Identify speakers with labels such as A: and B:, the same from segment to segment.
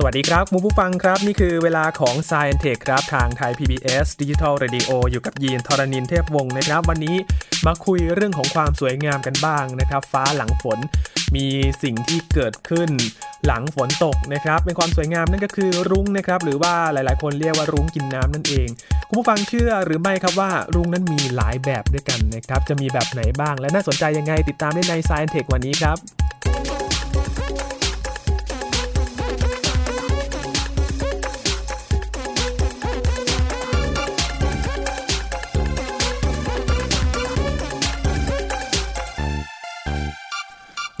A: สวัสดีครับคุณผู้ฟังครับ นี่คือเวลาของ s c i e n t e c h ครับ ทางไทย PBS Digital Radio อยู่กับยีนทรณินเทพวงศ์นะครับ วันนี้มาคุยเรื่องของความสวยงามกันบ้างนะครับ ฟ้าหลังฝนมีสิ่งที่เกิดขึ้นหลังฝนตกนะครับเป็นความสวยงามนั่นก็คือรุ้งนะครับหรือว่าหลายๆ คนเรียกว่ารุ้งกินน้ำนั่นเอง คุณผู้ฟังเชื่อหรือไม่ครับว่ารุ้งนั้นมีหลายแบบด้วยกันนะครับจะมีแบบไหนบ้าง และน่าสนใจยังไงติดตามได้ใน s c i e n t e c h วันนี้ครับ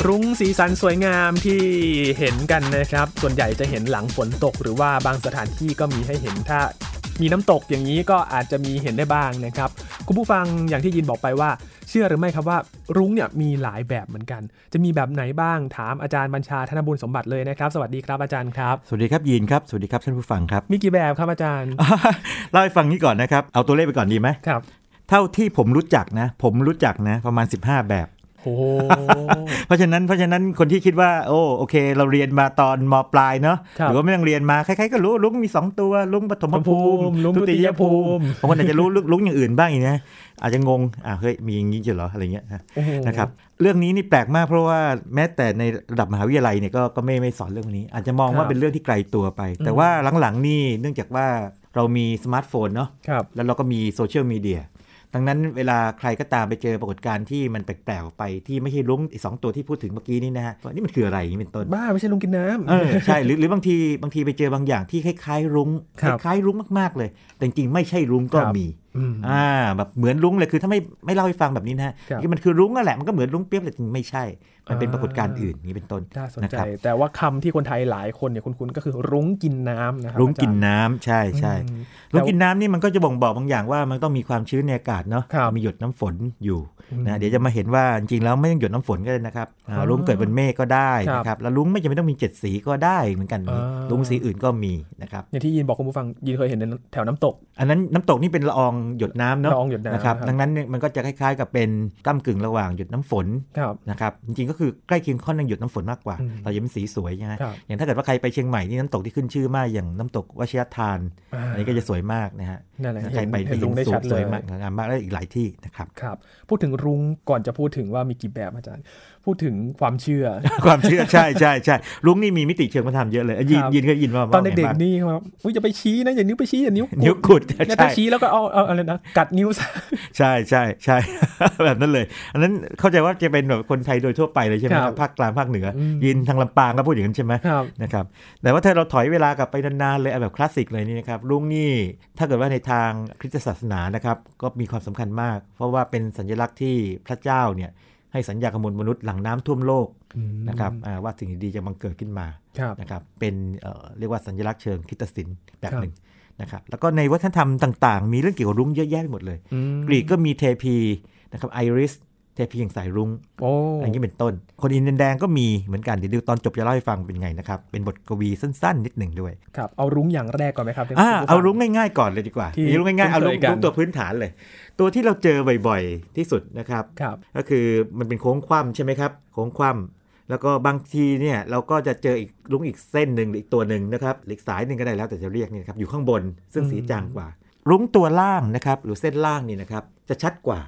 A: รุ้งสีสันสวยงามที่เห็นกันนะครับ ส่วนใหญ่จะเห็นหลังฝนตก หรือว่าบางสถานที่ก็มีให้เห็นถ้า มีน้ำตกอย่างนี้ก็อาจจะมีเห็นได้บ้างนะครับ คุณผู้ฟังอย่างที่ยินบอกไปว่า เชื่อหรือไม่ครับว่ารุ้งเนี่ยมีหลายแบบเหมือนกัน จะมีแบบไหนบ้างถามอาจารย์บัญชาธนบุญสมบัติเลยนะครับ สวัสดีครับอาจารย์ครับ
B: สวัสดีครับยีนครับ สวัสดีครับท่านผู้ฟังครับ
A: มีกี่แบบครับอาจารย์
B: เล่าให้ฟังนี้ก่อนนะครับ เอาตัวเลขไปก่อนดีไหม
A: ครับ
B: เท่าที่ผมรู้จักนะ ผมรู้จักนะประมาณ 15 แบบ
A: โอ้
B: เพราะฉะนั้นเพราะฉะนั้นคนที่คิดว่าโอ้โอเค เราเรียนมาตอนมปลายเนาะหรือว่าไม่ต้องเรียนมาใครๆก็รู้ลุงมี 2 ตัวลุงปฐมภูมิ
A: ลุงทุติยภูมิ
B: บางคนอาจจะรู้ลุงอย่างอื่นบ้างอีกนะอาจจะงงอ่ะเฮ้ยมีอย่างนี้จริงเหรออะไรเงี้ยนะ
A: โอ้โห
B: นะครับเรื่องนี้นี่แปลกมากเพราะว่าแม้แต่ในระดับมหาวิทยาลัยเนี่ยก็ก็ไม่ไม่สอนเรื่องนี้ อาจจะมองว่าเป็นเรื่องที่ไกลตัวไป แต่ว่าหลังๆนี่เนื่องจากว่าเรามีสมาร์ทโฟนเนาะ
A: ครับ
B: แล้วเราก็มีโซเชียลมีเดียดังนั้นเวลาใครก็ตามไปเจอปรากฏการณ์ที่มันแปลกๆออกไปที่ไม่ใช่ลุ้งไอ้สองตัวที่พูดถึงเมื่อกี้นี่นะฮะว่านี่มันคืออะไรอย่างนี้เป็นต้น
A: บ้าไม่ใช่ลุงกินน้ำ
B: เออใช่หรือหรือบางทีบางทีไปเจอบางอย่างที่คล้ายๆ รุ้ง
A: ครั
B: ค
A: บ
B: ล้ายๆรุ้งมากๆเลย แต่จริงๆไม่ใช่รุ้งก็
A: ครับ
B: มี
A: อืม
B: อ่าแบบเหมือนรุ้งเลยคือถ้าไม่ไม่เล่าให้ฟังแบบนี้นะฮะ
A: ครับ
B: มันคือรุ้งนั่นแหละมันก็เหมือนรุ้งเปรียบแต่จริงไม่ใช่ มันเป็น
A: อ่า
B: ปรากฏการณ์อื่นนี้เป็นต้น
A: น่าสนใจ
B: ะครับ
A: แต่ว่าคำที่คนไทยหลายคนเนี่ยคุ้นๆก็คือรุ้งกินน้ำนะครั
B: รุ้งกิน
A: อาจาย์
B: น้ำใช่ใช่
A: อืม
B: รุ้งกินน้ำนี่มันก็จะบ่งบอกบางอย่างว่ามันต้องมีความชื้นในอากาศเนาะ
A: ครับ
B: มีหยดน้ำฝนอยู่
A: อืม
B: นะเดี๋ยวจะมาเห็นว่าจริงๆแล้วไม่ต้องหยดน้ำฝนก็ได้นะครับอ่า
A: อ๋อ
B: รุ้งเกิดบนเมฆก็ได้
A: ครับ
B: นะครับแล้วรุ้งไม่จำเป็นต้องมีเจ็ดสีก็ได้เหมือนกัน
A: อ่า
B: รุ้งสีอื่นก็มีนะครับ
A: อย่างที่ยินบอกคุณผู้ฟังยินเคยเห็นในแถวน้ำตก
B: อันนั้นน้ำตกนี่เป็นละอองหยดน้ำเนาะ
A: ละอองหยดน้ำ
B: นะครับ
A: ครับ
B: ดังนั้นเนี่ยมันก็จะคล้ายๆ กับเป็นก้ากึ่งระหว่างหยดน้ำฝน
A: ครับ
B: นะครับจริงๆก็คือใกล้เคียงข้อนทางหยดน้ำฝนมากกว่า
A: อืม
B: เราจะเป็นสีสวยใช่ไหม
A: ครับ
B: อย่างถ้าเกิดว่าใครไปเชียงใหม่นี่น้ำตกที่ขึ้นชื่อมากอย่างน้ำตกวชิรทาน
A: อ่า
B: อันนี้ก็จะสวยมากนะฮะ
A: นั่นแหละ
B: ใคร
A: เห็น
B: ไป
A: เห็น
B: จะ
A: ลุงได้
B: สว
A: ชั
B: ย
A: ดเล
B: สวย ยมากงามมากและอีกหลายที่นะครับ
A: ครับ พูดถึงรุ้งก่อนจะพูดถึงว่ามีกี่แบบอาจารย์ พูดถึงความเชื่อ
B: ความเชื่อใช่ใช่ใช่ลุงนี่มีมิติเชิงวัฒนธรรมเยอะเลยอ่ะยิ
A: ค
B: น
A: รับ
B: ยินเคยยินมาบ้าง
A: ตอน
B: ไห
A: เด็
B: ม
A: ก
B: บ้าง
A: ๆนี่ครับอุ้ยจะไปชี้นะอย่านิ้วไปชี้อย่านิ้ว
B: นิ้ว
A: กุด
B: กุด
A: แล้ว
B: ใช่
A: ถ้าชี้แล้วก็เอาเอาอะไรนะกัดนิ้วซะ
B: ใช่ใช่ใช่ แบบนั้นเลย อันนั้นเข้าใจว่าจะเป็นแบบคนไทยโดยทั่วไปเลยใช่ไหม
A: ครับ
B: ครับภาคกลางภาคเหนืออ
A: ม
B: ยินทางลำปางก็พูดอย่างนั้นใช่ไหม
A: ครับ
B: นะครับแต่ว่าถ้าเราถอยเวลากลับไปนานๆเลยเอาแบบคลาสสิกเลยนี่นะครับลุงนี่ถ้าเกิดว่าในทางคริสตศาสนานะครับก็มีความสำคัญมาก เพราะว่าเป็นสัญลักษณ์ที่พระเจ้าเนี่ยให้สัญญากับมวลมนุษย์หลังน้ำท่วมโลก
A: อืม
B: นะครับอ่าว่าสิ่งดีๆจะบังเกิดขึ้นมา
A: ครับ
B: นะครับเป็นเอ่อเรียกว่าสัญลักษณ์เชิงคริตศิลป์แบบ
A: ครับ
B: หนึ่งนะครับแล้วก็ในวัฒนธรรมต่างๆ มีเรื่องเกี่ยวกับรุ้งเยอะแยะไปหมดเลย
A: อืม
B: กรีกก็มีเทพีนะครับไอริสเทพีแห่งสายรุ้ง
A: โอ้
B: อย่างนี้เป็นต้น คนอินเดียนแดงก็มีเหมือนกัน เดี๋ยวดูตอนจบจะเล่าให้ฟังเป็นไงนะครับ เป็นบทกวีสั้นๆ นิดหนึ่งด้วย
A: ครับเอารุ้งอย่างแรกก่อนไหมครับ
B: อ่าเอารุ้งง่ายๆก่อนเลยดีกว่า
A: ที่
B: เอารุ้งง่ายๆเอารุ้ง
A: คุ้นเคยกัน
B: รุ้งตัวพื้นฐานเลย ตัวที่เราเจอบ่อยๆที่สุดนะครับ
A: ครับ
B: ก็คือมันเป็นโค้งคว่ำใช่ไหมครับโค้งคว่ำแล้วก็บางทีเนี่ยเราก็จะเจออีกลุงอีกเส้นหนึ่งหรืออีกตัวหนึ่งนะครับหรืออีกสายหนึ่งก็ได้แล้วแต่จะเรียกเนี่ยครับอยู่ข้างบนซึ่งสีจางกว่า รุ้งตัวล่างนะครับหรือเส้นล่างนี่นะครับจะชัดกว่า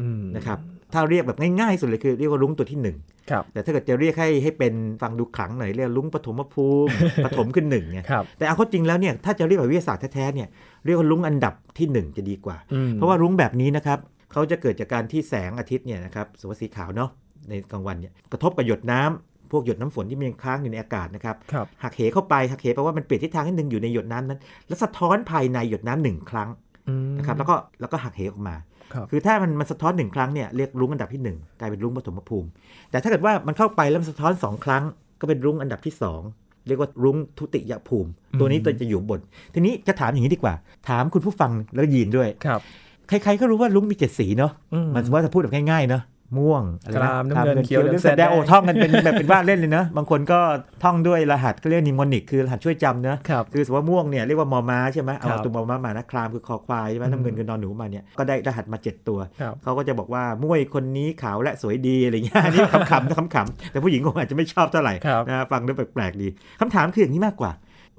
A: อืม
B: นะครับถ้าเรียกแบบง่ายๆสุดเลยคือเรียกว่ารุ้งตัวที่หนึ่ง
A: ครับ
B: แต่ถ้าเกิดจะเรียกให้ให้เป็นฟังดูขลังหน่อยเรียกรุ้งปฐมภู มิ ปฐมขึ้นหนึ่งไง
A: ครับ
B: แต่เอาเข้อจริงแล้วเนี่ยถ้าจะเรียกแบบวิทยาศาสตร์แท้ๆเนี่ยเรียกว่ารุ้งอันดับที่หนึ่งจะดีกว่า
A: อืม
B: เพราะว่ารุ้งแบบนี้นะครับเขาจะเกิดจากการที่แสงอาทิตย์เนี่ยนะครับสมมติสีขาวเนาะในกลางวันเนี่ยกระทบกับหยดน้ำพวกหยดน้ำฝนที่มันยังค้างอยู่ในอากาศนะครับ
A: ครับ
B: หักเหเข้าไปหักเหแปลว่ามันเปลี่ยนทิศทางนิดนึงอยู่ในหยดน้ำนั้น แล้วสะท้อนภายในหยดน้ำหนึ่งครั้ง
A: อืม
B: นะครับแล้วก็แล้วก็หักเหออกมา
A: ครับ
B: คือถ้ามันมันสะท้อนหนึ่งครั้งเนี่ยเรียกรุ้งอันดับที่หนึ่งกลายเป็นรุ้งปฐมภูมิ แต่ถ้าเกิดว่ามันเข้าไปแล้วมันสะท้อนสองครั้ง ก็เป็นรุ้งอันดับที่สองเรียกว่ารุ้งทุติยภูมิ ตัวนี้ตัวจะอยู่บน ทีนี้จะถามอย่างนี้ดีกว่า ถามคุณผู้ฟังแล้วยีนด้วย
A: ครับ
B: ใครๆ ก็รู้ว่าลุงมีเจ็ดสีเนาะ
A: อืม
B: มันว่าจะพูดแบบง่ายๆ เนาะ ม่วงอะไร
A: ค
B: นะ
A: รามน้ำเงินเขียว
B: ห
A: เหลื
B: ลื
A: อง
B: แสดง
A: แสดง
B: โอท่องกันเป็น แบบเป็นว่าเล่นเลยเนาะ บางคนก็ท่องด้วยรหัสก็เรียกนิมนิกคือรหัสช่วยจำเนาะ
A: ครับ
B: คือสมมติว่าม่วงเนี่ยเรียกว่ามอม้าใช่ไหม
A: ครั
B: เอา
A: บ
B: ตัวมอม้ามานะครามคือคอควายใช่ไหม
A: อืม
B: น้ำเงินคือนอนหนูมาเนี่ย ก็ได้รหัสมาเจ็ดตัว
A: ครับ
B: เขาก็จะบอกว่ามุ้ยคนนี้ขาวและสวยดีอะไรเงี้ย อันนี้ขำๆนะขำๆแต่ผู้หญิงคงอาจจะไม่ชอบเท่าไหร่
A: ครับ
B: นะฟังดูแปลกๆดีคำถามคืออย่างนี้มากกว่า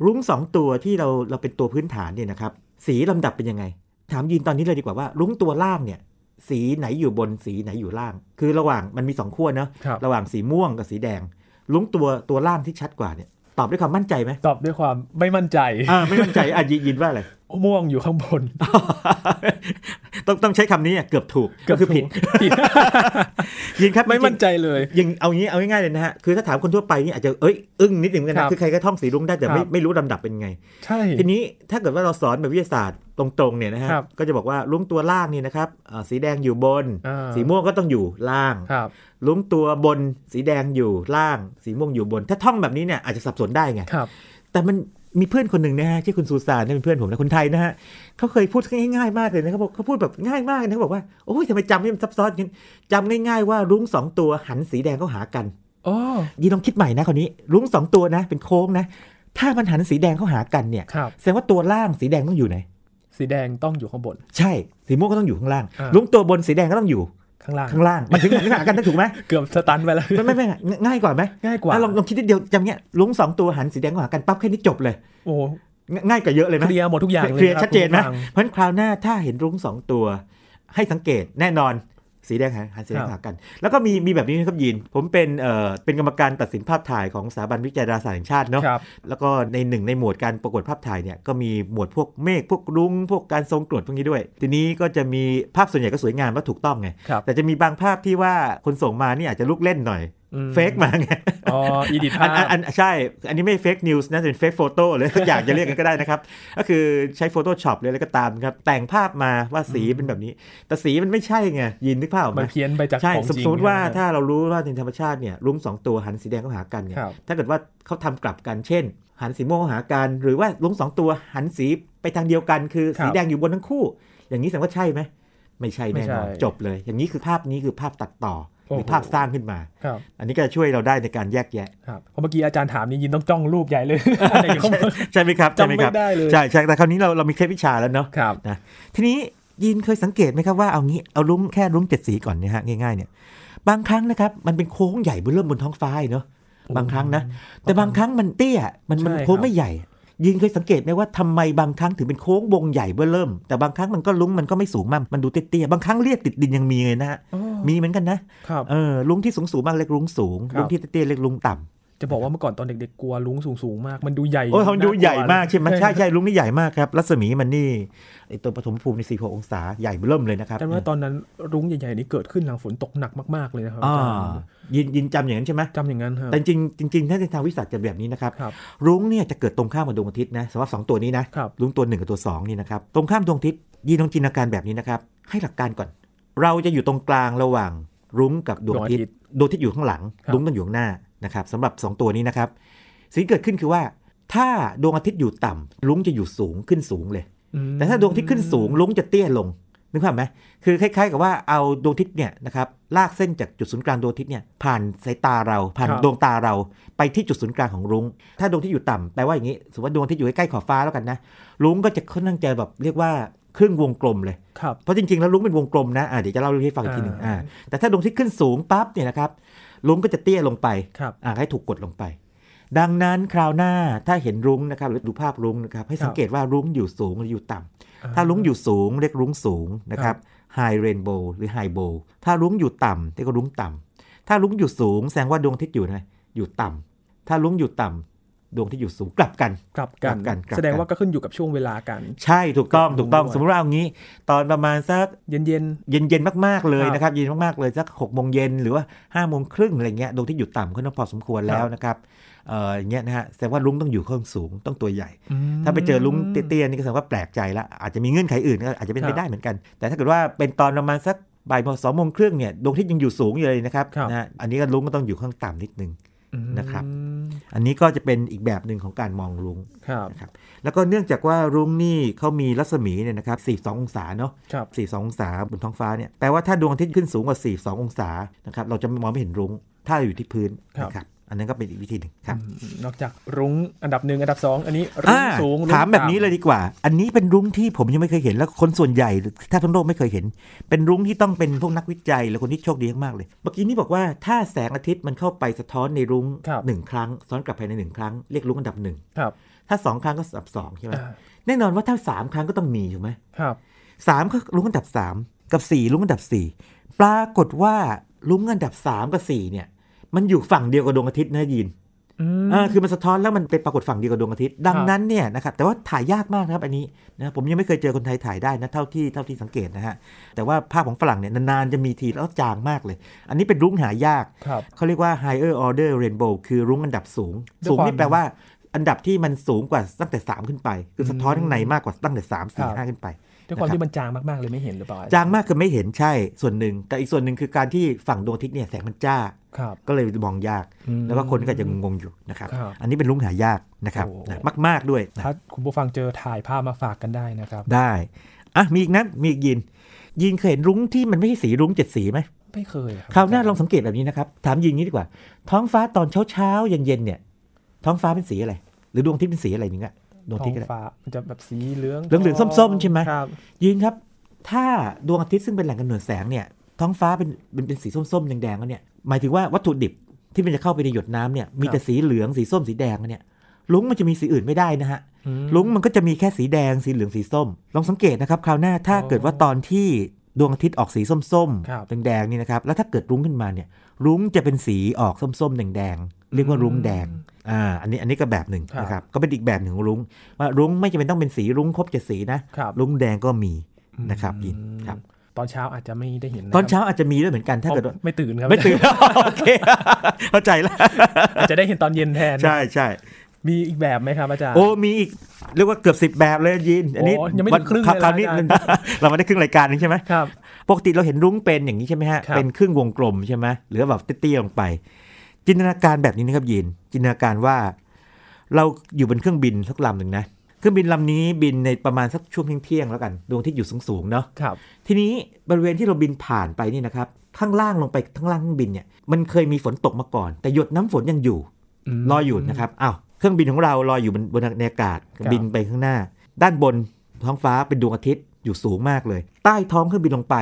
B: รุ้งสองตัวที่เราเราเป็นตัวพื้นฐานเนี่ยนะครับ สีลำดับเป็นยังไง ถามยีนตอนนี้เลยดีกว่าว่า รุ้งตัวล่างเนี่ย สีไหนอยู่บนสีไหนอยู่ล่าง คือระหว่างมันมีสองขั้วเนอะ
A: ครับ
B: ระหว่างสีม่วงกับสีแดง รุ้งตัวตัวล่างที่ชัดกว่าเนี่ยตอบด้วยความมั่นใจไหม
A: ตอบด้วยความไม่มั่นใจ
B: อ่าไม่มั่นใจอ่ะยนยินว่าอะไร
A: ม่วงอยู่ข้างบน
B: ต้องต้องใช้คำนี้อ่ะเกือบถูกก็คือ ผิด
A: ถูกผิด
B: ยินครับ
A: ไม่
B: จริงๆ
A: มั่นใจเลย
B: ยังเอางี้เอาง่ายๆเลยนะฮะ คือถ้าถามคนทั่วไปนี่อาจจะเอ้ยอึ้งนิดหนึ่งเหมือนกัน
A: ครั
B: นะ
A: บ
B: คือใครก็ท่องสีรุ้งได้แต่
A: ค
B: ไม่
A: รับ
B: ไม่รู้ลำดับเป็นไง
A: ใช่
B: ทีนี้ถ้าเกิดว่าเราสอนแบบวิทยาศาสตร์ตรงๆเนี่ยนะฮะ
A: ครับ
B: ก็จะบอกว่ารุ้งตัวล่างนี่นะครับเอ่อสีแดงอยู่บน
A: อ่า
B: สีม่วงก็ต้องอยู่ล่าง
A: ครับ
B: รุ้งตัวบน สีแดงอยู่ล่าง สีม่วงอยู่บน ถ้าท่องแบบนี้เนี่ยอาจจะสับสนได้ไง
A: ครับ
B: แต่มันมีเพื่อนคนหนึ่งนะฮะที่อคุณซูซานเนี่ยเป็นเพื่อนผมนะคนไทยนะฮะเขาเคยพูดง่ายๆมากเลยนะเขาบอกเขาพูดแบบง่ายมากนะเขาบอกว่าโอ้ยทำไมจำไม่ซับซ้อนกันจำง่ายๆว่ารุ้งสองตัวหันสีแดงเข้าหากัน
A: อ๋อ
B: ยีลองคิดใหม่นะคราวนี้รุ้งสองตัวนะเป็นโค้งนะ ถ้ามันหันสีแดงเข้าหากันเนี่ย
A: ครับ
B: แสดงว่าตัวล่างสีแดงต้องอยู่ไหน
A: สีแดงต้องอยู่ข้างบน
B: ใช่สีม่วงก็ต้องอยู่ข้างล่าง
A: อ่า
B: รุ้งตัวบนสีแดงก็ต้องอยู่
A: ข้างล่าง
B: ข้างล่างมันถึงหันเข้าหากันนะถูกไหม
A: เกือบสตันไปแล้ว
B: ไม่ไม่ไม่ง่ายง่ายกว่าไหม
A: ง่ายกว่า
B: อ่ะลองลองคิดนิดเดียวจำเนี้ยรุ้งสองตัวหันสีแดงเข้าหากันปั๊บแค่นี้จบเลย
A: โอ้โห
B: ง่ายง่ายกว่าเยอะเลยไหม
A: เคลียร์หมดทุกอย่างเล
B: เคลียร์
A: ยะบ
B: ชัดเจนไหม
A: คุณผู้ฟัง
B: เพราะฉะนั้นคราวหน้าถ้าเห็นรุ้งสองตัว ให้สังเกตแน่นอนสีแดงหันหันสีแดงเข้าหากัน แล้วก็มีมีแบบนี้นะครับยีนผมเป็นเอ่อเป็นกรรมการตัดสินภาพถ่ายของสถาบันวิจัยดาราศาสตร์แห่งชาติเนาะ
A: ครับ
B: แล้วก็ในหนึ่งในหมวดการประกวดภาพถ่ายเนี่ยก็มีหมวดพวกเมฆพวกรุ้งพวกการทรงกรดพวกนี้ด้วย ทีนี้ก็จะมีภาพส่วนใหญ่ก็สวยงามและถูกต้องไง
A: ครับ
B: แต่จะมีบางภาพที่ว่าคนส่งมานี่อาจจะลูกเล่นหน่อย
A: อืม
B: เฟกมาไง
A: อ๋ออีดิท
B: อั
A: ภาน
B: อัน
A: พ
B: อันใช่ อันนี้ไม่เฟกนิวส์นะจะเป็นเฟกโฟโต้เลย ทุกอย่างจะเรียกกันก็ได้นะครับ ก็คือใช้ Photoshop เลยแล้วก็ตามครับ แต่งภาพมาว่าสีเป็นแบบนี้ แต่สีมันไม่ใช่ไงยินนึกภาพออกไห
A: มั
B: ม
A: นเพี้ยนไปจาก
B: ใช่
A: ของ
B: สม
A: จริง
B: สมมติว่า
A: ใช่ไห
B: ถ้าเรารู้ว่าในธรรมชาติเนี่ยรุ้งสองตัวหันสีแดงเข้าหากันเนี่ย
A: ครับ
B: ถ้าเกิดว่าเขาทำกลับกันเช่น หันสีม่วงเข้าหากันหรือว่ารุ้งสองตัวหันสีไปทางเดียวกัน คือ
A: ครับ
B: สีแดงอยู่บนทั้งคู่ อย่างนี้แสดงว่าใช่ไหมไม่ใช่
A: ไม่
B: แน่
A: ใช่
B: นอนจบเลย อย่างนี้คือภาพนี้คือภาพตัดต่อหรือ
A: โอ้โห
B: ภาพสร้างขึ้นมา
A: ครับ
B: อันนี้ก็จะช่วยเราได้ในการแยกแยะ
A: ครับเพราะเมื่อกี้อาจารย์ถามนี่ยินต้องจ้องรูปใหญ่เลย อะไรอยู่ข้างบน
B: ใช่ไหมครับใช่ห
A: จำไม่
B: ครับ
A: ได้เลย
B: ใช่ใช่แต่คราวนี้เราเรามีเคล็ดวิชาแล้วเนาะ
A: ครับ
B: ทีนี้ยีนเคยสังเกตไหมครับว่าเอางี้เอารุ้งแค่รุ้งเจ็ดสีก่อนเนี่ยฮะง่ายๆเนี่ยบางครั้งนะครับมันเป็นโค้งใหญ่เบอเริ่มบนท้องฟ้าเนาะบางครั้งนะ แต่บางครั้งมันเตี้ยมันมัน
A: ใช่ครับ
B: โค้งไม่ใหญ่ ยินเคยสังเกตไหมว่าทำไมบางครั้งถึงเป็นโค้งวงใหญ่เบอเริ่ม แต่บางครั้งมันก็ลุ้งมันก็ไม่สูงมากมันดูเตี้ยๆบางครั้งเรียกติดดินยังมีเลยนะฮะ
A: อ๋อ
B: มีเหมือนกันนะครับ เออลุ้งที่สูงสูงๆมากเรียกลุ้งสูง
A: ครับ
B: ลุ้งที่เตี้ยๆเรียกลุ้งต่ำ
A: จะบอกว่าเมื่อก่อนตอนเด็กๆกลัวลุงสูงๆมาก มันดูใหญ่
B: โอ้ยมันดูใหญ่มากใช่ไหมใช่
A: ครับ
B: ใช่ลุงนี่ใหญ่มากครับ รัศมีมันนี่ไอตัวปฐมภูมิใน46องศาใหญ่เริ่มเลยนะครับ
A: จำว่าตอนนั้นรุ้งใหญ่ๆนี่เกิดขึ้นหลังฝนตกหนักมากๆเลยนะครับ
B: อ่า
A: อาจารย์
B: ยินยินจำอย่างนั้นใช่ไหม
A: จำอย่างนั้นครับ
B: แต่จริงจริงๆถ้าในทางวิสัชจะแบบนี้นะครับ
A: ครับ
B: รุ้งเนี่ยจะเกิดตรงข้ามกับดวงอาทิตย์นะสำหรับสองตัวนี้นะครับ รุ้งตัวหนึ่งกับตัวสองนี่นะครับตรงข้ามดวงอาทิตย์ยีนลองจินตนาการแบบนี้นะครับให้หลักการก่อน เราจะอยู่ตรงกลางระหว่างรุ้งกับดวงอาทิตย์ดวงอาทิตย์อยู่ข้างหลัง
A: ครับ
B: รุ้งต้องอยู่ข้างหน้านะครับสำหรับสองตัวนี้นะครับสิ่งที่เกิดขึ้นคือว่า ถ้าดวงอาทิตย์อยู่ต่ำรุ้งจะอยู่สูงขึ้นสูงเลย
A: อืม
B: แต่ถ้าดวงอาทิตย์ขึ้นสูงลุ้งจะเตี้ยลงนึกภาพไหมคือคล้ายๆ กับว่าเอาดวงอาทิตย์เนี่ยนะครับลากเส้นจากจุดศูนย์กลางดวงอาทิตย์เนี่ยผ่านสายตาเราผ่านดวงตาเราไปที่จุดศูนย์กลางของรุ้งถ้าดวงอาทิตย์อยู่ต่ำแปลว่าอย่างนี้สมมติว่าดวงอาทิตย์อยู่ใกล้ๆขอบฟ้าแล้วกันนะรุ้งก็จะค่อนข้างจะแบบเรียกว่าครึ่งวงกลมเลย
A: ครับ
B: เพราะจริงๆแล้วลุงเป็นวงกลมนะอ่ะเดี๋ยวจะเล่าเรื่องให้ฟังอีกทีหนึ่ง
A: อ่า
B: อ่าแต่ถ้าดวงอาที่ขึ้นสูงปั๊บเนี่ยนะครับลุงก็จะเตี้ยลงไป
A: ครับ
B: อ่าให้ถูกกดลงไป ดังนั้นคราวหน้าถ้าเห็นรุ้งนะครับหรือดูภาพรุ้งนะครับให้สังเกตว่ารุ้งอยู่สูงหรืออยู่ต่ำถ้ารุ้งอยู่สูงเรียกรุ้งสูงนะครับ high rainbow หรือ high bow ถ้ารุ้งอยู่ต่ำเรียกว่ารุ้งต่ำถ้ารุ้งอยู่สูงแสดงว่าดวงอาทิตย์อยู่ไหนอยู่ต่ำถ้ารุ้งอยู่ต่ำดวงอาที่อยู่สูงกลับกัน
A: กลับกัน
B: กลับกันกลับกัน
A: แสดงว่าก็ขึ้นอยู่กับช่วงเวลากัน
B: ใช่ถูกต้องถูกต้อง
A: ด้วย
B: สมมติว่าเอางี้ ตอนประมาณสัก
A: เย็น
B: เย็นๆมากๆเลย
A: ครับ
B: นะครับเย็นมากๆเลยสัก6กโมงเย็นหรือว่า5้าโมงครึ่งอะไรเงี้ยดวงที่อยู่ต่ำก็ต้องพอสมควรแล้วนะครับเอ่ออย่างเงี้ยนะฮะแสดงว่าลุงต้องอยู่เครื่องสูงต้องตัวใหญ่
A: อืม
B: ถ้าไปเจอลุงเตี้ยๆนี่ก็แสดงว่าแปลกใจละอาจจะมีเงื่อนไขอื่นก็อาจจะเป็น
A: ครั
B: ไป
A: บ
B: ได้เหมือนกัน แต่ถ้าเกิดว่าเป็นตอนประมาณสักบ่ายโมงสองโมงครึ่งเนี่ยดวงที่ยังอยู่สูงอยู่เลยนะครับ
A: ครับ
B: นะฮะอันนี้ก็ลุงก็ต้องอยู่ข้างต่ำนิดนึง
A: ๆอืม
B: นะครับ อันนี้ก็จะเป็นอีกแบบหนึ่งของการมองลุง
A: ครับ
B: นะครับแล้วก็เนื่องจากว่าลุงนี่เขามีรัศมีเนี่ยนะครับ42องศาเนาะ
A: ครับ
B: 42 องศาบนท้องฟ้าเนี่ยแปลว่าถ้าดวงอาทิตย์ขึ้นสูงกว่า 42 องศานะครับเราจะมองไม่เห็นรุ้งถ้าอยู่ที่พื้น
A: ครับ
B: นะครับ อันนั้นก็เป็นอีกวิธีหนึ่งครับ
A: อืมนอกจากรุ้งอันดับหนึ่งอันดับสองอันนี้รุ้ง
B: อ่า
A: สูงรุ้ง
B: ถามแบบนี้
A: ต่ำ
B: เลยดีกว่า อันนี้เป็นรุ้งที่ผมยังไม่เคยเห็น แล้วคนส่วนใหญ่ถ้าทั้งโลกไม่เคยเห็น เป็นรุ้งที่ต้องเป็นพวกนักวิจัยหรือคนที่โชคดีมากๆเลย เมื่อกี้นี่บอกว่าถ้าแสงอาทิตย์มันเข้าไปสะท้อนในรุ้งหนึ่งครั้งซ้อนกลับภายในหนึ่งครั้งเรียกรุ้งอันดับหนึ่ง
A: ครับ
B: ถ้าสองครั้งก็อันดับสองใช่ไหม
A: อ่า
B: แน่นอนว่าถ้าสามครั้งก็ต้องมีถูกไหม
A: ครับ
B: สามก็ลุ้งอันดับสามกับสี่ลุ้งอันดับสี่ปรากฏว่าลุ้งอันดับสามกับสี่เนี่ย มันอยู่ฝั่งเดียวกับดวงอาทิตย์นะยีน
A: อืม
B: อ่าคือมันสะท้อนแล้วมันไปปรากฏฝั่งเดียวกับดวงอาทิตย์ดัง
A: ครับ
B: นั้นเนี่ยนะครับแต่ว่าถ่ายยากมากนะครับอันนี้นะผมยังไม่เคยเจอคนไทยถ่ายได้นะเท่าที่เท่าที่สังเกตนะฮะแต่ว่าภาพของฝรั่งเนี่ยนานๆจะมีทีแล้วจางมากเลย อันนี้เป็นรุ้งหายาก
A: ครับ
B: เขาเรียกว่า higher order rainbow คือรุ้งอันดับสูง
A: ด้วย
B: สูง
A: ความ
B: นี่แปลว่า อันดับที่มันสูงกว่าตั้งแต่สามขึ้นไปคือสะท้อนข้างในมากกว่าตั้งแต่สามสี่
A: ครับ
B: ห้าขึ้นไป
A: ด้วยความ
B: นะครับ
A: ที่มันจางมากๆเลยไม่เห็นหรือเปล่า
B: จางมากคือไม่เห็นใช่ส่วนหนึ่ง แต่อีกส่วนหนึ่งคือการที่ฝั่งดวงอาทิตย์เนี่ยแสงมันจ้า
A: ครับ
B: ก็เลยมองยาก
A: อืม
B: แล้วก็คนก็จะงงๆอยู่นะครับ
A: ครับ
B: อันนี้เป็นลุงหายากนะครับ
A: โอ้
B: นะมาก ๆด้วยนะ
A: ถ้าคุณผู้ฟังเจอถ่ายภาพมาฝากกันได้นะครับ
B: ได้อ่ะมีอีกนะมีอีกยิน ยินเคยเห็นรุ้งที่มันไม่ใช่สีรุ้งเจ็ดสีไหม
A: ไม่เคยบ
B: คราวหน้าลองสังเกตแบบนี้นะครับ ถามยินนี้ดีกว่า ท้องฟ้าตอนเช้าๆเย็นๆเนี่ยท้องฟ้าเป็นสีอะไร หรือดวงอาทิตย์เป็นสีอะไรอย่างเงี้ยดวงอา
A: ท้อ
B: ทิตย์
A: ง
B: ก็ได้
A: ฟ้ามันจะแบบสีเหลือง
B: เหลืองๆส้มๆใช่ไหม
A: ครับ
B: ยินครับ ถ้าดวงอาทิตย์ซึ่งเป็นแหล่งกำเนิดแสงเนี่ย ท้องฟ้าเป็นเป็นเป็นสีส้มๆแดงๆแล้วเนี่ย หมายถึงว่าวัตถุดิบที่มันจะเข้าไปในหยดน้ำเนี่ย มีแต่สีเหลืองสีส้มสีแดงแล้วเนี่ย ลุงมันจะมีสีอื่นไม่ได้นะฮะ
A: อืม
B: ลุงมันก็จะมีแค่สีแดงสีเหลืองสีส้ม ลองสังเกตนะครับคราวหน้าถ้า
A: อ๋อ
B: เกิดว่าตอนที่ดวงอาทิตย์ออกสีส้ม
A: ครับ
B: ๆแดงๆนี่นะครับ แล้วถ้าเกิดรุ้งขึ้นมาเนี่ย รุ้งจะเป็นสีออกส้มๆแดงๆเรียกว่ารุ้งแดง อ่า อันนี้อันนี้ก็แบบหนึ่งนะครับ ก็เป็นอีกแบบหนึ่งของรุ้งว่ารุ้งไม่จำเป็นต้องเป็นสีรุ้งครบเจ็ดสีนะ
A: ครับ
B: ลุงแดงก็มีนะครับยิน
A: อืม
B: ครับ
A: ตอนเช้าอาจจะไม่ได้เห็นะ
B: ตอนเช้าอาจจะมีด้วยเหมือนกัน
A: ครั
B: ถ้า
A: บ
B: เกิดว่า
A: เพราะไม่ตื่นครับ
B: ไม่ตื่น โอเค เข้าใจแล้ว
A: อาจจะได้เห็นตอนเย็นแทน
B: ใช่ใช่
A: มีอีกแบบไหมครับอาจารย์
B: โอ้มีอีกเรียกว่าเกือบสิบ10 แบบเลยยิน อันนี้
A: โอ้ยังไม่ถึง
B: วัน
A: ครึ่ง
B: รา
A: เลยนะ
B: วคราวนี้
A: อาจารย์
B: เรามาได้ครึ่งรายการนึงใช่ไหม
A: ครับ
B: ปกติเราเห็นรุ้งเป็นอย่างนี้ใช่ไหมฮะ
A: ครับ
B: เป็นครึ่งวงกลมใช่ไหมหรือแบบเตี้ยๆลงไป จินตนาการแบบนี้นะครับยิน จินตนาการว่า เราอยู่บนเครื่องบินสักลำหนึ่งนะเครื่องบินลำนี้บินในประมาณสักช่วงเที่ยงๆแล้วกันดวงอาที่อยู่สูงๆเนาะ
A: ครับ
B: ทีนี้บริเวณที่เราบินผ่านไปนี่นะครับข้างล่างลงไปข้างล่างเครื่องบินเนี่ยมันเคยมีฝนตกมาก่อน แต่หยดน้ำฝนยังอยู่
A: ม
B: ลอยอยู่นะครับอ้าวเครื่องบินของเราลอยอยู่บนบนในอากาศ
A: ครับ
B: บินไปข้างหน้า ด้านบนท้องฟ้าเป็นดวงอาทิตย์อยู่สูงมากเลย ใต้ท้องเครื่องบินลงไป